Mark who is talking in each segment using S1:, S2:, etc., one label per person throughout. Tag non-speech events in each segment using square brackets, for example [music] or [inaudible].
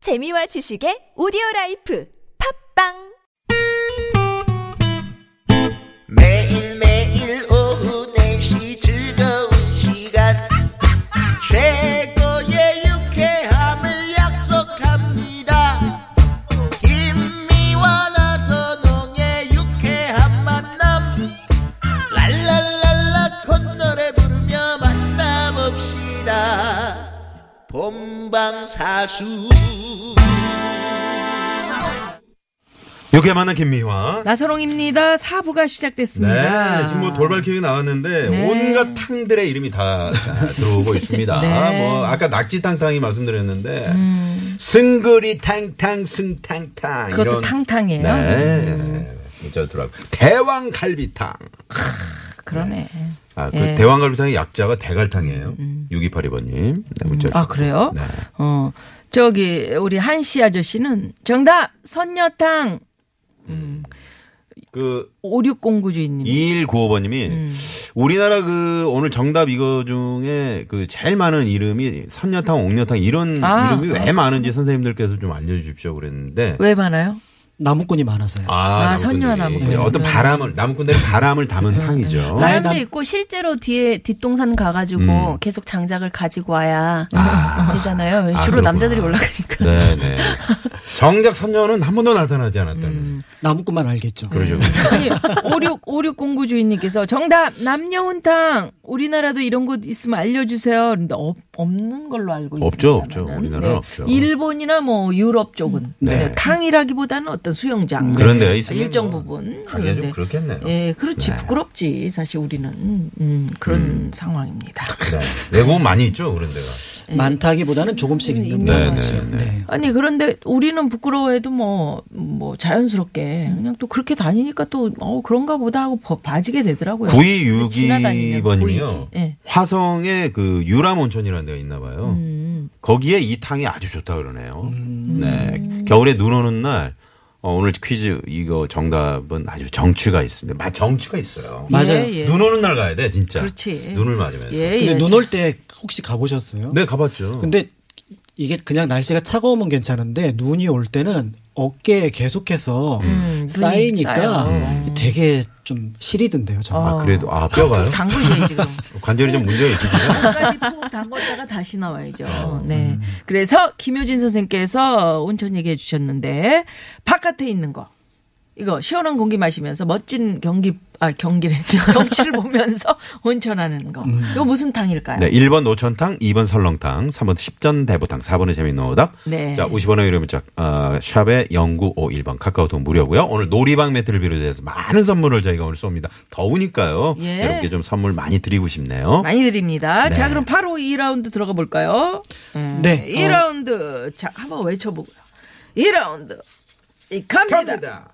S1: 재미와 지식의 오디오 라이프 팝빵
S2: 매일매일 오후 4시 즐거운 시간 최고의 유쾌함을 약속합니다 김미와 나선홍의 유쾌한 만남 랄랄랄라 콧노래 부르며 만남없시다 본방사수
S3: 이렇게 만난 김미화.
S4: 나서롱입니다. 사부가 시작됐습니다.
S3: 네, 지금 뭐 돌발 기획이 나왔는데
S4: 네.
S3: 온갖 탕들의 이름이 다, 다 들어오고 있습니다.
S4: [laughs] 네. 음.
S3: 뭐 아까 낙지 탕탕이 말씀드렸는데 승그리 탕탕 승탕탕
S4: 그것도
S3: 이런
S4: 탕탕이에요?
S3: 네. 문자 들어고 대왕 갈비탕.
S4: 그러네.
S3: 아, 그
S4: 예.
S3: 대왕 갈비탕의 약자가 대갈탕이에요. 6282번 님. 네, 문자
S4: 아 그래요?
S3: 네.
S4: 어 저기 우리 한씨 아저씨는 정답 선녀탕
S3: 그
S4: 5609 주인님.
S3: 2195번 님이
S4: 음.
S3: 우리나라 그 오늘 정답 이거 중에 그 제일 많은 이름이 선녀탕, 옥녀탕 이런
S4: 아.
S3: 이름이 왜 많은지 선생님들께서 좀 알려주십시오 그랬는데.
S4: 왜 많아요?
S5: 나무꾼이 많아서요.
S3: 아,
S4: 아, 선녀와 네.
S3: 나무꾼들이.
S4: 나무꾼.
S3: 어떤 바람을, 나무꾼들의 바람을 담은 탕이죠.
S5: 나의
S6: 바람도
S5: 남-
S6: 있고 실제로 뒤에 뒷동산 가가지고 계속 장작을 가지고 와야
S3: 음. 아.
S6: 되잖아요.
S3: 아,
S6: 주로
S3: 그렇구나.
S6: 남자들이 올라가니까.
S3: 네네. 정작 선녀는 한 번도 나타나지 않았다는.
S4: 음.
S5: 나무꾼만 알겠죠.
S3: 그러죠.
S4: 아니 56 5609 주인님께서 정답 남녀훈탕 우리나라도 이런 곳 있으면 알려주세요. 근데 없, 없는 걸로 알고 있습니다. 네.
S3: 없죠, 없죠. 우리나라는 없죠. 음.
S4: 일본이나 뭐 유럽 쪽은
S3: 네.
S4: 탕이라기보다는 어떤 수영장
S3: 그런데 있으면
S4: 일정
S3: 뭐
S4: 부분
S3: 가기가 좀
S4: 그런데
S3: 그렇겠네요.
S4: 예, 그렇지
S3: 네.
S4: 부끄럽지 사실 우리는 음, 그런 상황입니다.
S3: 네. 외국은 많이 있죠, 그런 데가.
S4: 예.
S5: 많다기보다는 조금씩
S4: 음,
S5: 있는
S3: 네,
S5: 거죠.
S3: 네, 네.
S5: 네.
S4: 아니 그런데 우리는 부끄러워해도 뭐 뭐 자연스럽게 그냥 또 그렇게 다니니까 또 어 그런가 보다 하고 버- 봐지게 되더라고요. 지나다니면
S3: 9262번이요.
S4: 보이지. 예.
S3: 화성에 그 유람 온천이라는 데가 있나 봐요.
S4: 음.
S3: 거기에 이 탕이 아주 좋다 그러네요.
S5: 음.
S3: 네. 겨울에 눈 오는 날 어, 오늘 퀴즈 이거 정답은 아주 정취가 있습니다. 마, 정취가 있어요.
S5: 맞아요.
S4: 예, 예.
S3: 눈 오는 날 가야 돼, 진짜.
S4: 그렇지.
S3: 눈을 맞으면서.
S4: 예,
S5: 근데
S4: 예.
S5: 눈 올 때 혹시 가보셨어요?
S3: 네, 가봤죠.
S5: 근데 이게 그냥 날씨가 차가우면 괜찮은데 눈이 올 때는 어깨에 계속해서
S4: 음,
S5: 쌓이니까
S4: 눈이
S5: 되게 좀 시리던데요. 저는.
S3: 아, 그래도 아, 뼈가요?
S4: 당구셔야지 그럼.
S3: 관절이 좀 문제가 있으세요?
S4: 한 가지 푹 담궜다가 다시 나와야죠.
S5: 어, 음.
S4: 네. 그래서 김효진 선생께서 온천 얘기해 주셨는데 바깥에 있는 거 이거 시원한 공기 마시면서 멋진 경기 아 경기래 [laughs] 경치를 보면서 온천하는 거
S5: 음.
S4: 이거 무슨 탕일까요?
S3: 네, 1번 노천탕, 2번 설렁탕, 3번 십전대보탕, 4번의 재미있는 오답.
S4: 네.
S3: 자, 50원의 유료 문자, 어, 샵에 0951번 카카오톡 무료고요. 오늘 놀이방 매트를 비롯해서 많은 선물을 저희가 오늘 쏩니다. 더우니까요.
S4: 예.
S3: 여러분께 좀 선물 많이 드리고 싶네요.
S4: 많이 드립니다.
S3: 네.
S4: 자 그럼 바로 2라운드 들어가 볼까요? 음,
S5: 네.
S4: 2라운드 자 한번 외쳐보고요. 2라운드 갑니다. 어,
S3: 갑니다.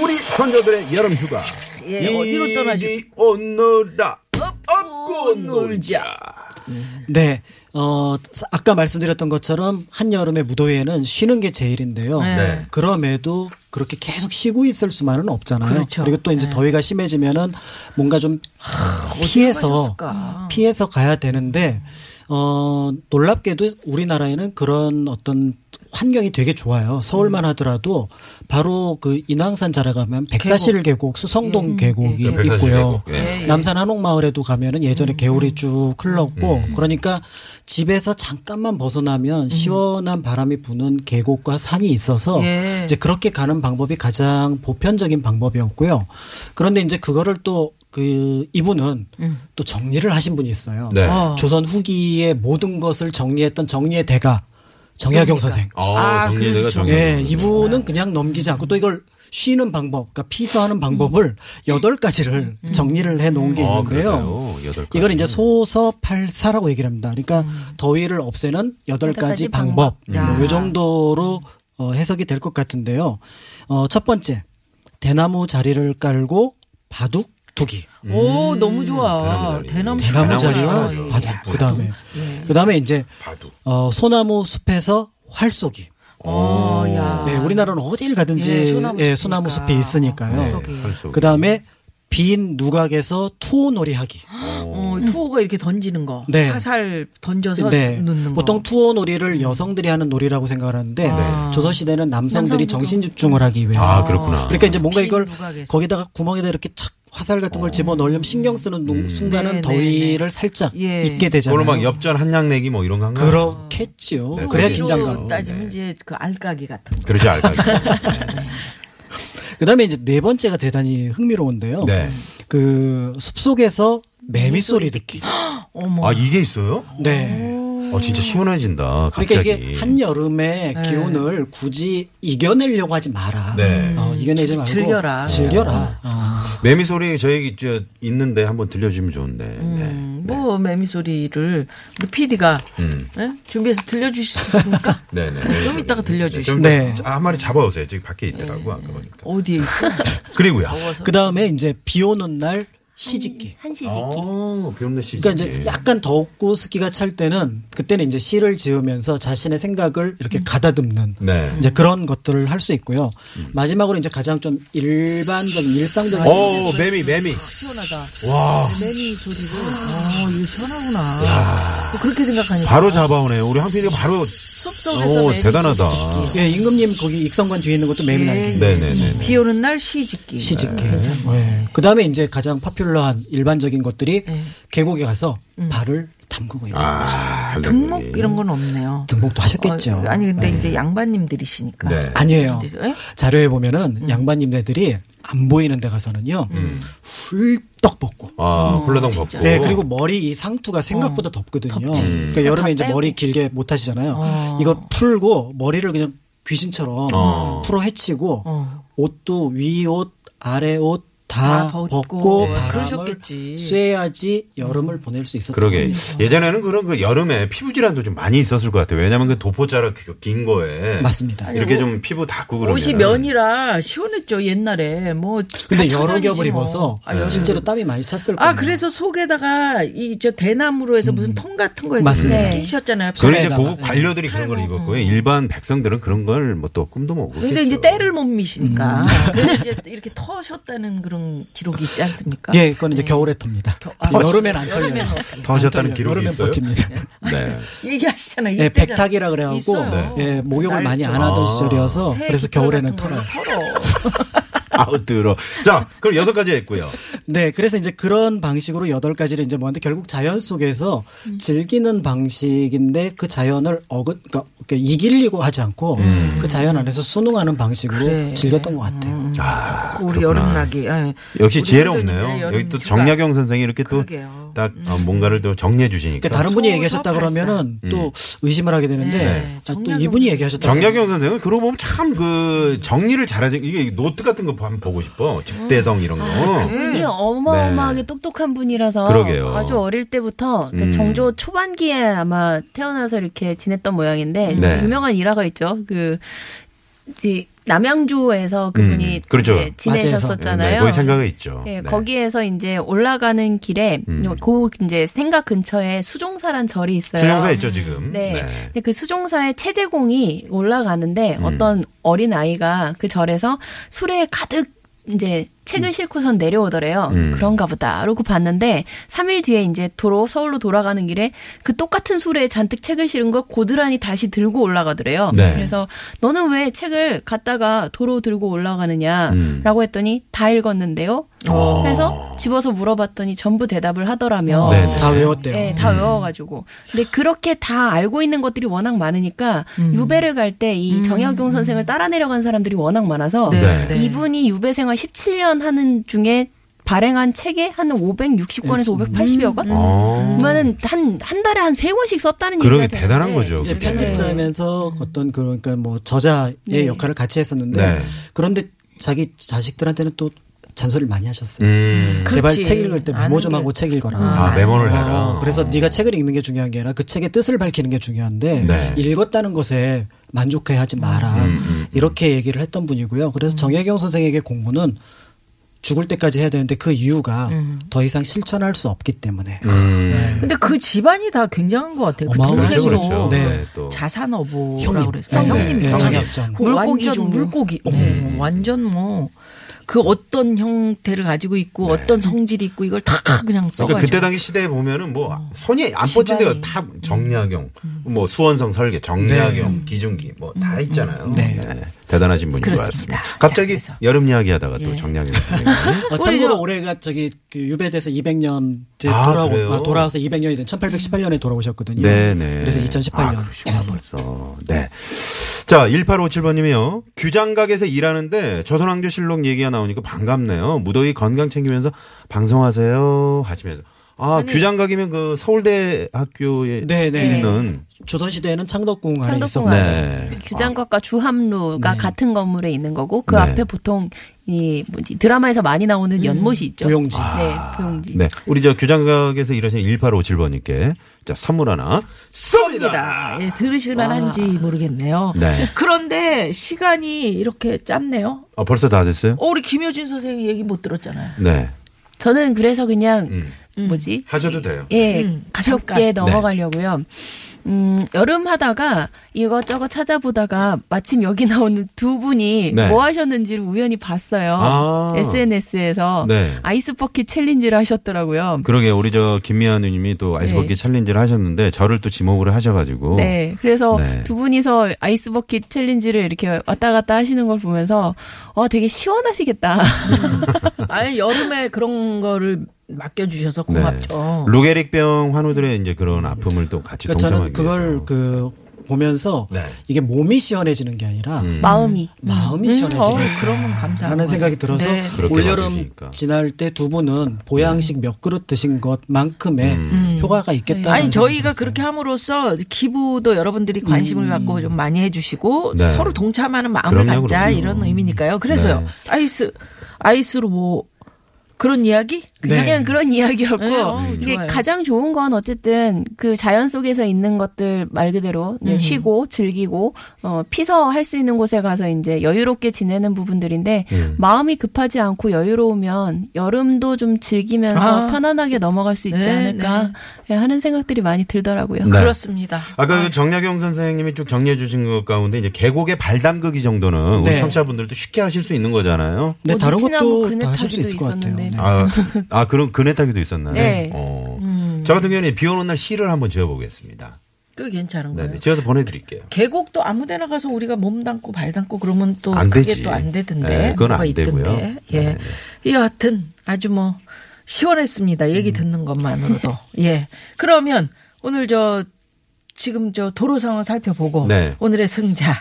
S3: 우리 선조들의 여름 휴가.
S4: 예, 어디로 떠나실-
S3: 이리 오너라. 업고
S4: 놀자.
S3: 놀자.
S5: 네. 어, 사- 아까 말씀드렸던 것처럼 한여름의 무더위에는 쉬는 게 제일인데요.
S3: 네.
S5: 그럼에도 그렇게 계속 쉬고 있을 수만은 없잖아요.
S4: 그렇죠.
S5: 리고또 이제 더위가 심해지면은 뭔가 좀 피해서
S4: 가셨을까?
S5: 피해서 가야 되는데 어, 놀랍게도 우리나라에는 그런 어떤 환경이 되게 좋아요. 서울만
S4: 음.
S5: 하더라도 바로 그 인왕산 자락가면 백사실 계곡, 수성동 계곡이
S3: 예, 백사실
S5: 있고요.
S3: 계곡.
S4: 네.
S3: 예.
S5: 남산 한옥마을에도 가면은 예전에 개울이 쭉 흘렀고 그러니까 집에서 잠깐만 벗어나면 시원한 바람이 부는 계곡과 산이 있어서
S4: 예.
S5: 이제 그렇게 가는 방법이 가장 보편적인 방법이었고요. 그런데 이제 그거를 또 그 이분은 또 정리를 하신 분이 있어요.
S3: 네.
S5: 조선 후기의 모든 것을 정리했던 정리의 대가 정약용 선생.
S3: 어,
S4: 아,
S3: 정리가
S4: 그렇죠.
S3: 정리.
S5: 예, 이분은 그냥 넘기지 않고 또 이걸 쉬는 방법, 그러니까 피서하는 방법을 여덟 가지를 정리를 해 놓은 게
S3: 어,
S5: 있는데요.
S3: 그러세요. 여덟 가지.
S5: 이걸 이제 소서 팔사라고 얘기를 합니다. 그러니까 더위를 없애는 여덟
S6: 여덟 가지
S5: 가지 방법.
S4: 방법.
S5: 음, 요 정도로 어, 해석이 될 것 같은데요. 어, 첫 번째, 대나무 자리를 깔고 바둑 두기.
S4: 오 너무 좋아. 음, 대나무
S3: 대나무
S4: 자리.
S5: 음.
S4: 어,
S5: 대나무 자리와
S3: 자리와
S5: 바둑.
S3: 바둑.
S5: 그 다음에
S4: 예.
S5: 그 다음에 이제
S3: 바둑.
S5: 어, 소나무 숲에서 활 쏘기.
S4: 어, 야.
S5: 네, 우리나라는 어딜 가든지
S4: 예,
S5: 예,
S4: 소나무
S5: 소나무,
S4: 숲이니까.
S5: 숲이 있으니까요.
S4: 네.
S3: 활쏘기.
S5: 그 다음에 빈 누각에서 투오놀이 하기.
S4: 어, 투호가 이렇게 던지는 거.
S5: 음. 네.
S4: 화살 던져서
S5: 네.
S4: 놓는 거.
S5: 보통 투오놀이를 여성들이 하는 놀이라고 생각하는데
S4: 네.
S5: 조선 시대는 남성들이
S6: 남성들도.
S5: 정신 집중을 하기 위해서.
S3: 아, 그렇구나.
S5: 그러니까 이제 뭔가
S4: 빈
S5: 이걸
S4: 누각에서.
S5: 거기다가 구멍에다 이렇게 착 화살 같은 걸 집어 넣으려면 신경 쓰는 농- 순간은
S4: 네, 네,
S5: 더위를 살짝
S4: 예.
S5: 잊게
S3: 음. 그러니까 그걸로 막
S5: 되잖아요.
S3: 엽전 한약 내기 뭐 이런 거 한가?
S5: 그렇겠지요.
S3: 네,
S5: 그래야
S3: 그게-
S5: 긴장감.
S4: 로뭐 따지면
S3: 네.
S4: 이제 그 알까기 같은 거.
S3: 그러지 않을까?
S5: [laughs] 그다음에 이제 네 번째가 대단히 흥미로운데요.
S3: 네.
S5: 그 숲속에서 매미 소리 듣기.
S4: 어머.
S3: 아, 이게 있어요?
S5: 네.
S3: 어, 진짜 시원해진다.
S5: 그러니까
S3: 갑자기.
S5: 이게 한여름의 기온을 굳이 이겨내려고 하지 마라.
S3: 네.
S5: 어, 이겨내지
S4: 즐-
S5: 말고 어,
S4: 즐겨라.
S5: 즐겨라. 아.
S3: 매미 소리 저희 저 있는데 한번 들려주면 좋은데.
S4: 음,
S3: 네.
S4: 뭐 매미 소리를 우리 PD가 예?
S3: 음.
S4: 준비해서 들려주실 수
S5: [laughs]
S4: 있습니까?
S3: 네, 네.
S4: 좀
S3: 매미
S4: 이따가
S3: 소리.
S4: 들려주시죠.
S3: 좀 이따
S5: 네.
S3: 한 마리 잡아오세요. 저기 밖에 있더라고 아까 보니까.
S4: 어디에 있어?
S3: 그리고요.
S5: 그 다음에 이제 비 오는 날 시집기.
S6: 한시지.
S3: 어, 비염내 씨.
S5: 그러니까 이제 약간 덥고 습기가 찰 때는 그때는 이제 시를 지으면서 자신의 생각을 이렇게 가다듬는
S3: 네. 음.
S5: 이제 그런 것들을 할 수 있고요. 마지막으로 이제 가장 좀 일반적인 일상적인
S3: 오, 어, 매미, 매미.
S4: 시원하다.
S3: 와,
S4: 매미 소리로. 어, 이거 시원하구나. 뭐 그렇게 생각하니까.
S3: 바로 잡아오네요. 우리 한필이가 바로.
S4: 숲속에서
S3: 오,
S4: 매미
S3: 대단하다.
S5: 예, 임금님 거기 익성관 뒤에 있는 것도 매일
S4: 예.
S5: 날기
S3: 네, 네, 네.
S4: 비 오는 날 시집기.
S5: 시집기. 네. 그 다음에 이제 가장 파퓰러한 일반적인 것들이
S4: 예.
S5: 계곡에 가서
S4: 음.
S5: 발을 담그고 이런 거.
S3: 아,
S4: 등목 이런 건 없네요.
S5: 등록도 하셨겠죠.
S4: 어, 아니 근데
S5: 예.
S4: 이제 양반님들이시니까.
S3: 네.
S5: 아니에요.
S4: 예? 음.
S5: 자료에 보면은 양반님네들이 안 보이는 데 가서는요 훌떡 벗고
S4: 어,
S3: 아, 홀라당 벗고. 음.
S5: 네 그리고 머리 이 상투가 생각보다 덥거든요.
S4: 덥지. 아,
S5: 그러니까 여름에 이제
S6: 빼고.
S5: 머리 길게 못 하시잖아요.
S4: 어.
S5: 이거 풀고 머리를 그냥 귀신처럼
S3: 어.
S5: 풀어 헤치고
S4: 어.
S5: 옷도 위옷 아래 옷 다
S4: 다 벗고.
S5: 벗고,
S4: 네.
S5: 바람을
S4: 그러셨겠지.
S5: 쐬야지 여름을 보낼 수 있었던
S4: 음.
S3: 그러게 예전에는 그런 그 여름에 피부 질환도 좀 많이 있었을 것 같아요. 왜냐하면 그 도포자락 그- 긴 거에
S5: 네. 맞습니다.
S3: 이렇게 좀 피부 닦고 그러면
S4: 뭐 옷이 면이라 시원했죠 옛날에 뭐.
S5: 근데
S4: 다
S5: 여러
S4: 천연이지
S5: 겹을
S4: 뭐.
S5: 입어서 네.
S4: 아, 여러
S5: 실제로 땀이 많이 찼을 거예요.
S4: 아, 그래서 속에다가 이 저 대나무로 해서 무슨 통 같은 거에서
S5: 음. 맞습니다.
S4: 이렇게
S6: 네.
S4: 끼셨잖아요.
S3: 그래 이제
S5: 손에다가.
S3: 고급
S4: 네.
S3: 관료들이 그런 걸 입었고요. 일반 백성들은 그런 걸 뭐 또 꿈도 못 꾸겠죠.
S4: 음. 근데 이제 때를 못 미시니까
S5: 음.
S4: 그래서 이제 이렇게 터셨다는 그런 기록이 있지 않습니까?
S5: 예, 그건 이제 겨울에 텁니다.
S4: 음. 아,
S5: 여름엔 안 털려요.
S4: 여름엔 네.
S3: 더셨다는 기록이
S5: 여름엔
S3: 있어요.
S5: 버팁니다.
S3: 네.
S4: 얘기하시잖아요.
S5: 예,
S4: 이때잖아.
S5: 백탁이라 그래갖고
S4: 있어요. 네.
S5: 예, 목욕을 많이 안
S3: 날죠.
S5: 하던
S3: 아.
S5: 시절이어서
S4: 새
S5: 그래서
S4: 깃털
S5: 겨울에는
S4: 같은
S5: 털어요.
S4: 걸로 털어.
S3: 아우 들어. 자 그럼 여섯 가지 했고요.
S5: 네, 그래서 이제 그런 방식으로 여덟 가지를 이제 뭐는데 결국 자연 속에서
S4: 음.
S5: 즐기는 방식인데 그 자연을 어긋 그러니까 이렇게 이기려고 하지 않고
S3: 음.
S5: 그 자연 안에서 수능하는 방식으로
S4: 그래. 음.
S5: 즐겼던 것 같아요.
S3: 아
S4: 우리 여름나기.
S5: 네.
S4: 예.
S3: 역시
S4: 우리 선조님들의
S3: 지혜롭네요.
S4: 여름
S3: 여기 또
S4: 휴가.
S3: 정약용 선생이 이렇게
S4: 그러게요. 음.
S3: 또 딱 어, 뭔가를 또 정리해 주시니까.
S5: 그러니까 다른 분이
S4: 소서
S5: 얘기하셨다 그러면은 또 의심을 하게 되는데
S4: 네.
S5: 아, 또
S4: 정약용
S5: 이분이 얘기하셨다.
S3: 음. 정약용 선생은 그러고 보면 참 그 정리를 잘하지 이게 노트 같은 거 한번 보고 싶어 즉대성 이런 거
S6: 분이 어마어마하게
S3: 음. 네.
S6: 똑똑한 분이라서
S3: 그러게요.
S6: 아주 어릴 때부터 네,
S3: 음.
S6: 정조 초반기에 아마 태어나서 이렇게 지냈던 모양인데
S3: 네.
S6: 유명한 일화가 있죠. 그 이제 남양주에서 그분이
S3: 음, 그렇죠.
S6: 이제 지내셨었잖아요.
S3: 네, 거기 생각이 있죠.
S6: 예,
S3: 네.
S6: 거기에서 이제 올라가는 길에
S3: 음.
S6: 요- 그 이제 생각 근처에 수종사란 절이 있어요.
S3: 수용사 있죠 지금.
S6: 네. 근데 그 수종사의 체제공이 올라가는데
S3: 음.
S6: 어떤 어린 아이가 그 절에서 수레에 가득 이제 책을 싣고선 내려오더래요.
S3: 음.
S6: 그런가 보다. 그러고 봤는데 3일 뒤에 이제 도로 서울로 돌아가는 길에 그 똑같은 수레에 잔뜩 책을 실은 걸 고드란히 다시 들고 올라가더래요.
S3: 네.
S6: 그래서 너는 왜 책을 갖다가 도로 들고
S3: 음.
S6: 올라가느냐라고 했더니 다 읽었는데요.
S3: 어.
S6: 그래서 집어서 물어봤더니 전부 대답을 하더라며.
S3: 네,
S5: 다 외웠대요.
S6: 네, 어, 다 외워가지고. 근데 그렇게 다 알고 있는 것들이 워낙 많으니까
S3: 음.
S6: 유배를 갈 때 이 정약용 선생을 따라 내려간 사람들이 워낙 많아서
S3: 네.
S4: 네.
S6: 이분이 유배 생활 17년 하는 중에 발행한 책에 한 560권에서 580여 권?
S3: 어.
S6: 그러면은 한, 한 달에 한 세 권씩 썼다는 얘기가
S3: 그러게 대단한
S6: 되는데
S3: 거죠.
S5: 이제
S3: 그게.
S5: 편집자면서 어떤 그 그러니까 뭐 저자의
S6: 네.
S5: 역할을 같이 했었는데
S3: 네.
S5: 그런데 자기 자식들한테는 또 잔소리를 많이 하셨어요.
S3: 음.
S5: 제발
S4: 그렇지.
S5: 책 읽을 때 메모 좀
S4: 아는
S5: 하고
S4: 게-
S5: 책 읽어라.
S3: 아, 메모를 해라.
S5: 어, 그래서 네가 책을 읽는 게 중요한 게 아니라 그 책의 뜻을 밝히는 게 중요한데
S3: 네.
S5: 읽었다는 것에 만족해하지 마라.
S3: 음,
S5: 이렇게 얘기를 했던 분이고요. 그래서 정혜경 선생에게 공부는 죽을 때까지 해야 되는데 그 이유가 더 이상 실천할 수 없기 때문에
S3: 음.
S4: 근데 그 집안이 다 굉장한 것 같아요. 그
S5: 어마어마하죠.
S4: 동생도
S3: 그렇죠, 그렇죠.
S5: 네.
S3: 네, 또.
S4: 자산어보라고
S5: 형님,
S4: 그래서 아,
S5: 네,
S4: 형님
S5: 네,
S3: 형님.
S5: 정약전.
S4: 물고기 네,
S6: 물고기
S4: 완전
S6: 종류.
S4: 물고기. 어, 완전 뭐 그 어떤 형태를 가지고 있고 어떤 성질이 있고 이걸 다 그냥 써가지고
S3: 네. 그러니까 그때 당시 시대에 보면은 뭐 손이 안 뻗친 데가
S4: 지방이.
S3: 다 정약용, 뭐 수원성 설계, 정약용, 기중기 뭐 다 있잖아요. 네. 대단하신 분인 것
S4: 그렇습니다.
S3: 같습니다. 갑자기
S4: 자, 그래서.
S3: 여름 이야기하다가 또
S4: 예.
S3: 정약용 선생님.
S5: 어, 참고로 올해가 저기 그 유배돼서 200년 이제
S3: 아,
S5: 돌아오,
S3: 그래요?
S5: 아, 돌아와서 200년이 된 1818년에 돌아오셨거든요.
S3: 네네.
S5: 예. 그래서 2018년.
S3: 아, 그러시구나, 벌써. 네. 자, 1857번님이요. 규장각에서 일하는데 조선왕조실록 얘기가 나오니까 반갑네요. 무더위 건강 챙기면서 방송하세요. 하시면서. 아, 규장각이면 그 서울대 학교에
S5: 네네.
S3: 있는.
S5: 조선시대에는 창덕궁 안에
S6: 창덕궁
S5: 있었고
S3: 네.
S6: 안에
S3: 네.
S6: 그 규장각과 주함루가
S5: 네.
S6: 같은 건물에 있는 거고 그
S3: 네. 음.
S6: 앞에 보통 이 뭐지 드라마에서 많이 나오는 연못이 있죠.
S5: 부용지.
S3: 아,
S6: 네, 부용지.
S3: 네. 우리 저 규장각에서 일하시는 1857번님께 자, 선물 하나 쏩니다.
S4: 예, 들으실만한지 모르겠네요.
S3: 네.
S4: 그런데 시간이 이렇게 짧네요.
S3: 아, 벌써 다 됐어요?
S4: 어, 우리 김효진 선생 얘기
S3: [laughs]
S4: 못 들었잖아요.
S3: 네.
S6: 저는 그래서 그냥
S3: 음.
S6: 뭐지
S3: 하셔도 돼요.
S6: 예,
S4: 음,
S6: 가볍게 넘어가려고요. 음, 여름 하다가 이것저것 찾아보다가 마침 여기 나오는 두 분이
S3: 네.
S6: 뭐 하셨는지를 우연히 봤어요.
S3: 아.
S6: SNS에서
S3: 네.
S6: 아이스 버킷 챌린지를 하셨더라고요.
S3: 그러게 우리 저 김미아 누님이 또 아이스버킷
S6: 네.
S3: 챌린지를 하셨는데 저를 또 지목을 하셔가지고
S6: 네, 그래서
S3: 네.
S6: 두 분이서 아이스 버킷 챌린지를 이렇게 왔다 갔다 하시는 걸 보면서 어 되게 시원하시겠다.
S3: 음.
S4: 아니, 여름에 그런 거를 맡겨주셔서 고맙죠.
S3: 네. 루게릭병 환우들의 이제 그런 아픔을 또 같이
S5: 그러니까
S3: 동참하기
S5: 저는 그걸
S3: 위해서.
S5: 그 보면서
S3: 어. 네.
S5: 이게 몸이 시원해지는 게 아니라
S3: 음.
S6: [laughs] 마음이
S5: 마음이
S4: 음,
S5: 시원해지는
S4: 어, 그러면 감사하고.
S5: 라는 생각이 들어서
S4: 네.
S3: 그렇게
S5: 올여름
S3: 봐주시니까.
S5: 지날 때 두 분은 보양식 몇 그릇 드신 것만큼의
S3: 음.
S5: 효과가 있겠다.
S4: 아니 저희가 그렇게 함으로써 기부도 여러분들이 관심을 갖고 좀 많이 해주시고
S3: 음. 네.
S4: 서로 동참하는 마음을
S3: 그럼요,
S4: 갖자
S3: 그럼요.
S4: 이런 의미니까요. 그래서요
S3: 네.
S4: 아이스 아이스로 뭐 그런 이야기?
S5: 네.
S6: 그냥 그런 [laughs] 이야기였고
S4: 네, 어,
S6: 이게
S4: 좋아요.
S6: 가장 좋은 건 어쨌든 그 자연 속에서 있는 것들 말 그대로
S4: 음.
S6: 이제 쉬고 즐기고 어 피서 할 수 있는 곳에 가서 이제 여유롭게 지내는 부분들인데 마음이 급하지 않고 여유로우면 여름도 좀 즐기면서
S4: 아.
S6: 편안하게 넘어갈 수 있지
S4: 네,
S6: 않을까 예, 하는 생각들이 많이 들더라고요.
S3: 네.
S4: 그렇습니다.
S3: 아까 그 정약용 선생님이 쭉 정리해 주신 것 가운데 이제 계곡의 발담그기 정도는 우리
S5: 네.
S3: 청취자분들도 쉽게 하실 수 있는 거잖아요.
S5: 네,
S6: 뭐
S5: 다른
S6: 눈치나 뭐
S5: 것도
S6: 그네
S5: 다 하실 수
S6: 타기도
S5: 있을 것 같아요.
S6: 있었는데.
S5: 네.
S3: 아, 아 그런 그네 타기도 있었나요?
S6: 네.
S3: 어.
S4: 음.
S3: 저 같은 경우는 비 오는 날 시를 한번 지어보겠습니다.
S4: 그 괜찮은
S3: 네,
S4: 거예요.
S3: 네. 지어서 보내드릴게요.
S4: 계곡도 아무데나 가서 우리가 몸 담고 발 담고 그러면 또
S3: 안
S4: 그게
S3: 되지.
S4: 또 안 되던데
S3: 네, 그건
S4: 뭐가
S3: 안 되고요.
S4: 있던데. 예,
S3: 네, 음.
S4: 여하튼 아주 뭐 시원했습니다. 얘기 듣는 것만으로도 [laughs] 예. 그러면 오늘 저 지금 저 도로 상황 살펴보고
S3: 네.
S4: 오늘의 승자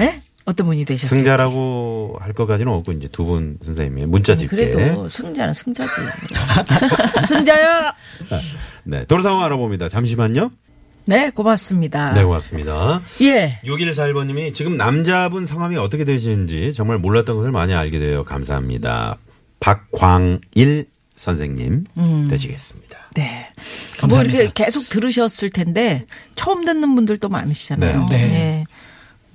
S4: 예? 어떤 분이 되셨어요?
S3: 승자라고 할 것까지는 없고 이제 두 분 선생님의 문자 집게.
S4: 네, 그래도 승자는 승자지. [laughs] 승자야.
S3: 네, 도로 상황 알아봅니다. 잠시만요.
S4: 네, 고맙습니다.
S3: 네, 고맙습니다.
S4: 예.
S3: 6141번님이 지금 남자분 성함이 어떻게 되시는지 정말 몰랐던 것을 많이 알게 돼요. 감사합니다. 박광일 선생님
S4: 음.
S3: 되시겠습니다.
S4: 네. 뭐
S5: 감사합니다.
S4: 이렇게 계속 들으셨을 텐데 처음 듣는 분들도 많으시잖아요.
S5: 네. 네.
S4: 예.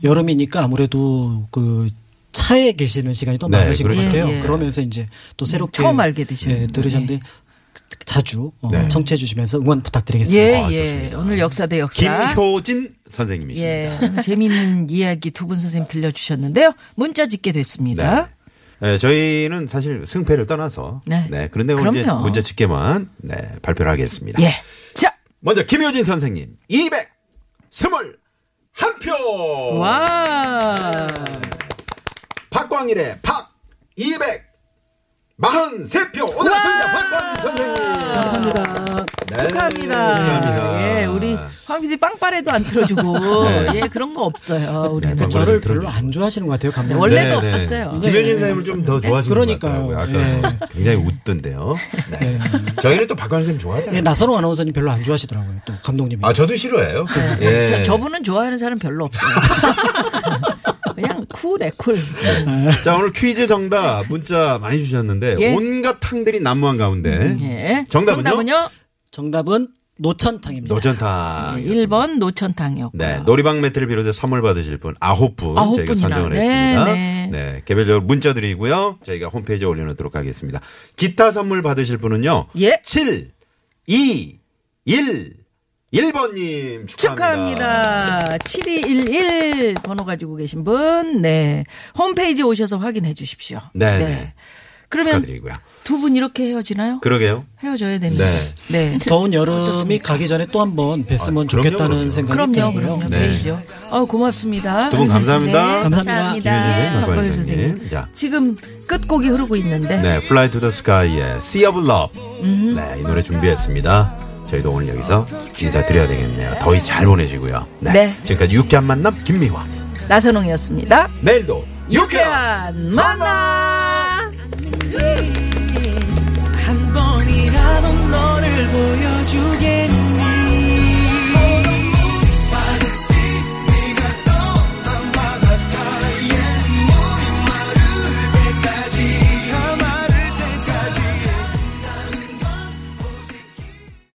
S5: 여름이니까 아무래도 그 차에 계시는 시간이 더
S3: 네,
S5: 많으신 것
S3: 그렇죠.
S5: 같아요.
S4: 예, 예.
S5: 그러면서 이제 또 새롭게
S4: 처음 알게 네. 되시는
S5: 예,
S4: 분들.
S5: 들으셨는데 자주 어,
S3: 네.
S5: 청취해 주시면서 응원 부탁드리겠습니다.
S4: 예,
S3: 아,
S4: 예.
S3: 좋습니다.
S4: 오늘 역사 대 역사.
S3: 김효진 선생님이십니다.
S4: 예. 오늘 재미있는 [laughs] 이야기 두 분 선생님 들려주셨는데요. 문자 짓게 됐습니다.
S3: 네, 저희는 사실 승패를 떠나서
S4: 네.
S3: 네, 그런데 오늘 이제
S4: 그럼요.
S3: 문제 집게만 네, 발표를 하겠습니다.
S4: 예. 자.
S3: 먼저 김효진 선생님 221표
S4: 와.
S3: 박광일의 박 243표 오늘 승자 박광일 선생님
S5: 감사합니다.
S3: 네,
S4: 축하합니다.
S3: 축하합니다.
S4: 예, 우리 황 PD 빵빠레도 안 틀어주고
S3: [laughs] 네.
S4: 예 그런 거 없어요. 우리는
S3: 네,
S5: 저를
S3: 방법을
S5: 별로
S3: 들어주시고.
S5: 안 좋아하시는 것 같아요. 감독님.
S4: 네, 원래- 원래도 없었어요.
S3: 네,
S4: 네.
S3: 김현진 선생님을 좀 더 좋아하시는
S5: 그러니까요.
S3: 것 같더라고요. 아까 굉장히 웃던데요. 네. 저희는 또 박광일 선생님 좋아하잖아요.
S4: 네.
S5: 예, 나선호 아나운서님 별로 안 좋아하시더라고요. 또 감독님이.
S3: 아 저도 싫어해요. 예.
S4: 네. 저, 저분은 좋아하는 사람 별로 없어요. [laughs] 그냥 쿨해 쿨.
S3: 자 오늘 퀴즈 정답 문자 많이 주셨는데
S4: 예.
S3: 온갖 탕들이 난무한 가운데
S4: 예.
S3: 정답은요?
S5: 정답은 노천탕입니다.
S3: 노전탕.
S4: 예, 1번 노천탕이었고.
S3: 네, 놀이방 매트를 비롯해 선물 받으실 분 아홉 분
S4: 아홉
S3: 저희가
S4: 분이나.
S3: 선정을
S4: 네,
S3: 했습니다.
S4: 네.
S3: 네. 개별적으로 문자 드리고요. 저희가 홈페이지에 올려놓도록 하겠습니다. 기타 선물 받으실 분은요.
S4: 예.
S3: 7, 2, 1, 1번님 축하합니다.
S4: 축하합니다. 7211 번호 가지고 계신 분, 네. 홈페이지 오셔서 확인해 주십시오.
S3: 네, 네.
S4: 그러면
S3: 축하드리고요.
S4: 두 분 이렇게 헤어지나요?
S3: 그러게요.
S4: 헤어져야 됩니다. 네.
S5: 더운 여름이 가기 전에 또 한 번 뵀으면
S3: 아, 그럼요,
S5: 좋겠다는
S3: 그럼요.
S5: 생각이
S4: 그럼요,
S5: 들고요.
S4: 그럼요.
S3: 네.
S4: 베이죠. 어, 고맙습니다.
S3: 두 분 감사합니다.
S5: 네, 감사합니다.
S3: 김현진
S4: 박광
S3: 박관희
S4: 희 선생님.
S3: 선생님. 자.
S4: 지금 끝곡이 흐르고 있는데.
S3: 네, Fly to the Sky의 Sea of Love.
S4: 음.
S3: 네, 이 노래 준비했습니다. 저희도 오늘 여기서 인사드려야 되겠네요. 더위 잘 보내시고요. 네.
S4: 네.
S3: 지금까지 유쾌한 만남 김미화.
S4: 나선홍이었습니다.
S3: 내일도 유쾌한
S4: 유쾌한 만남!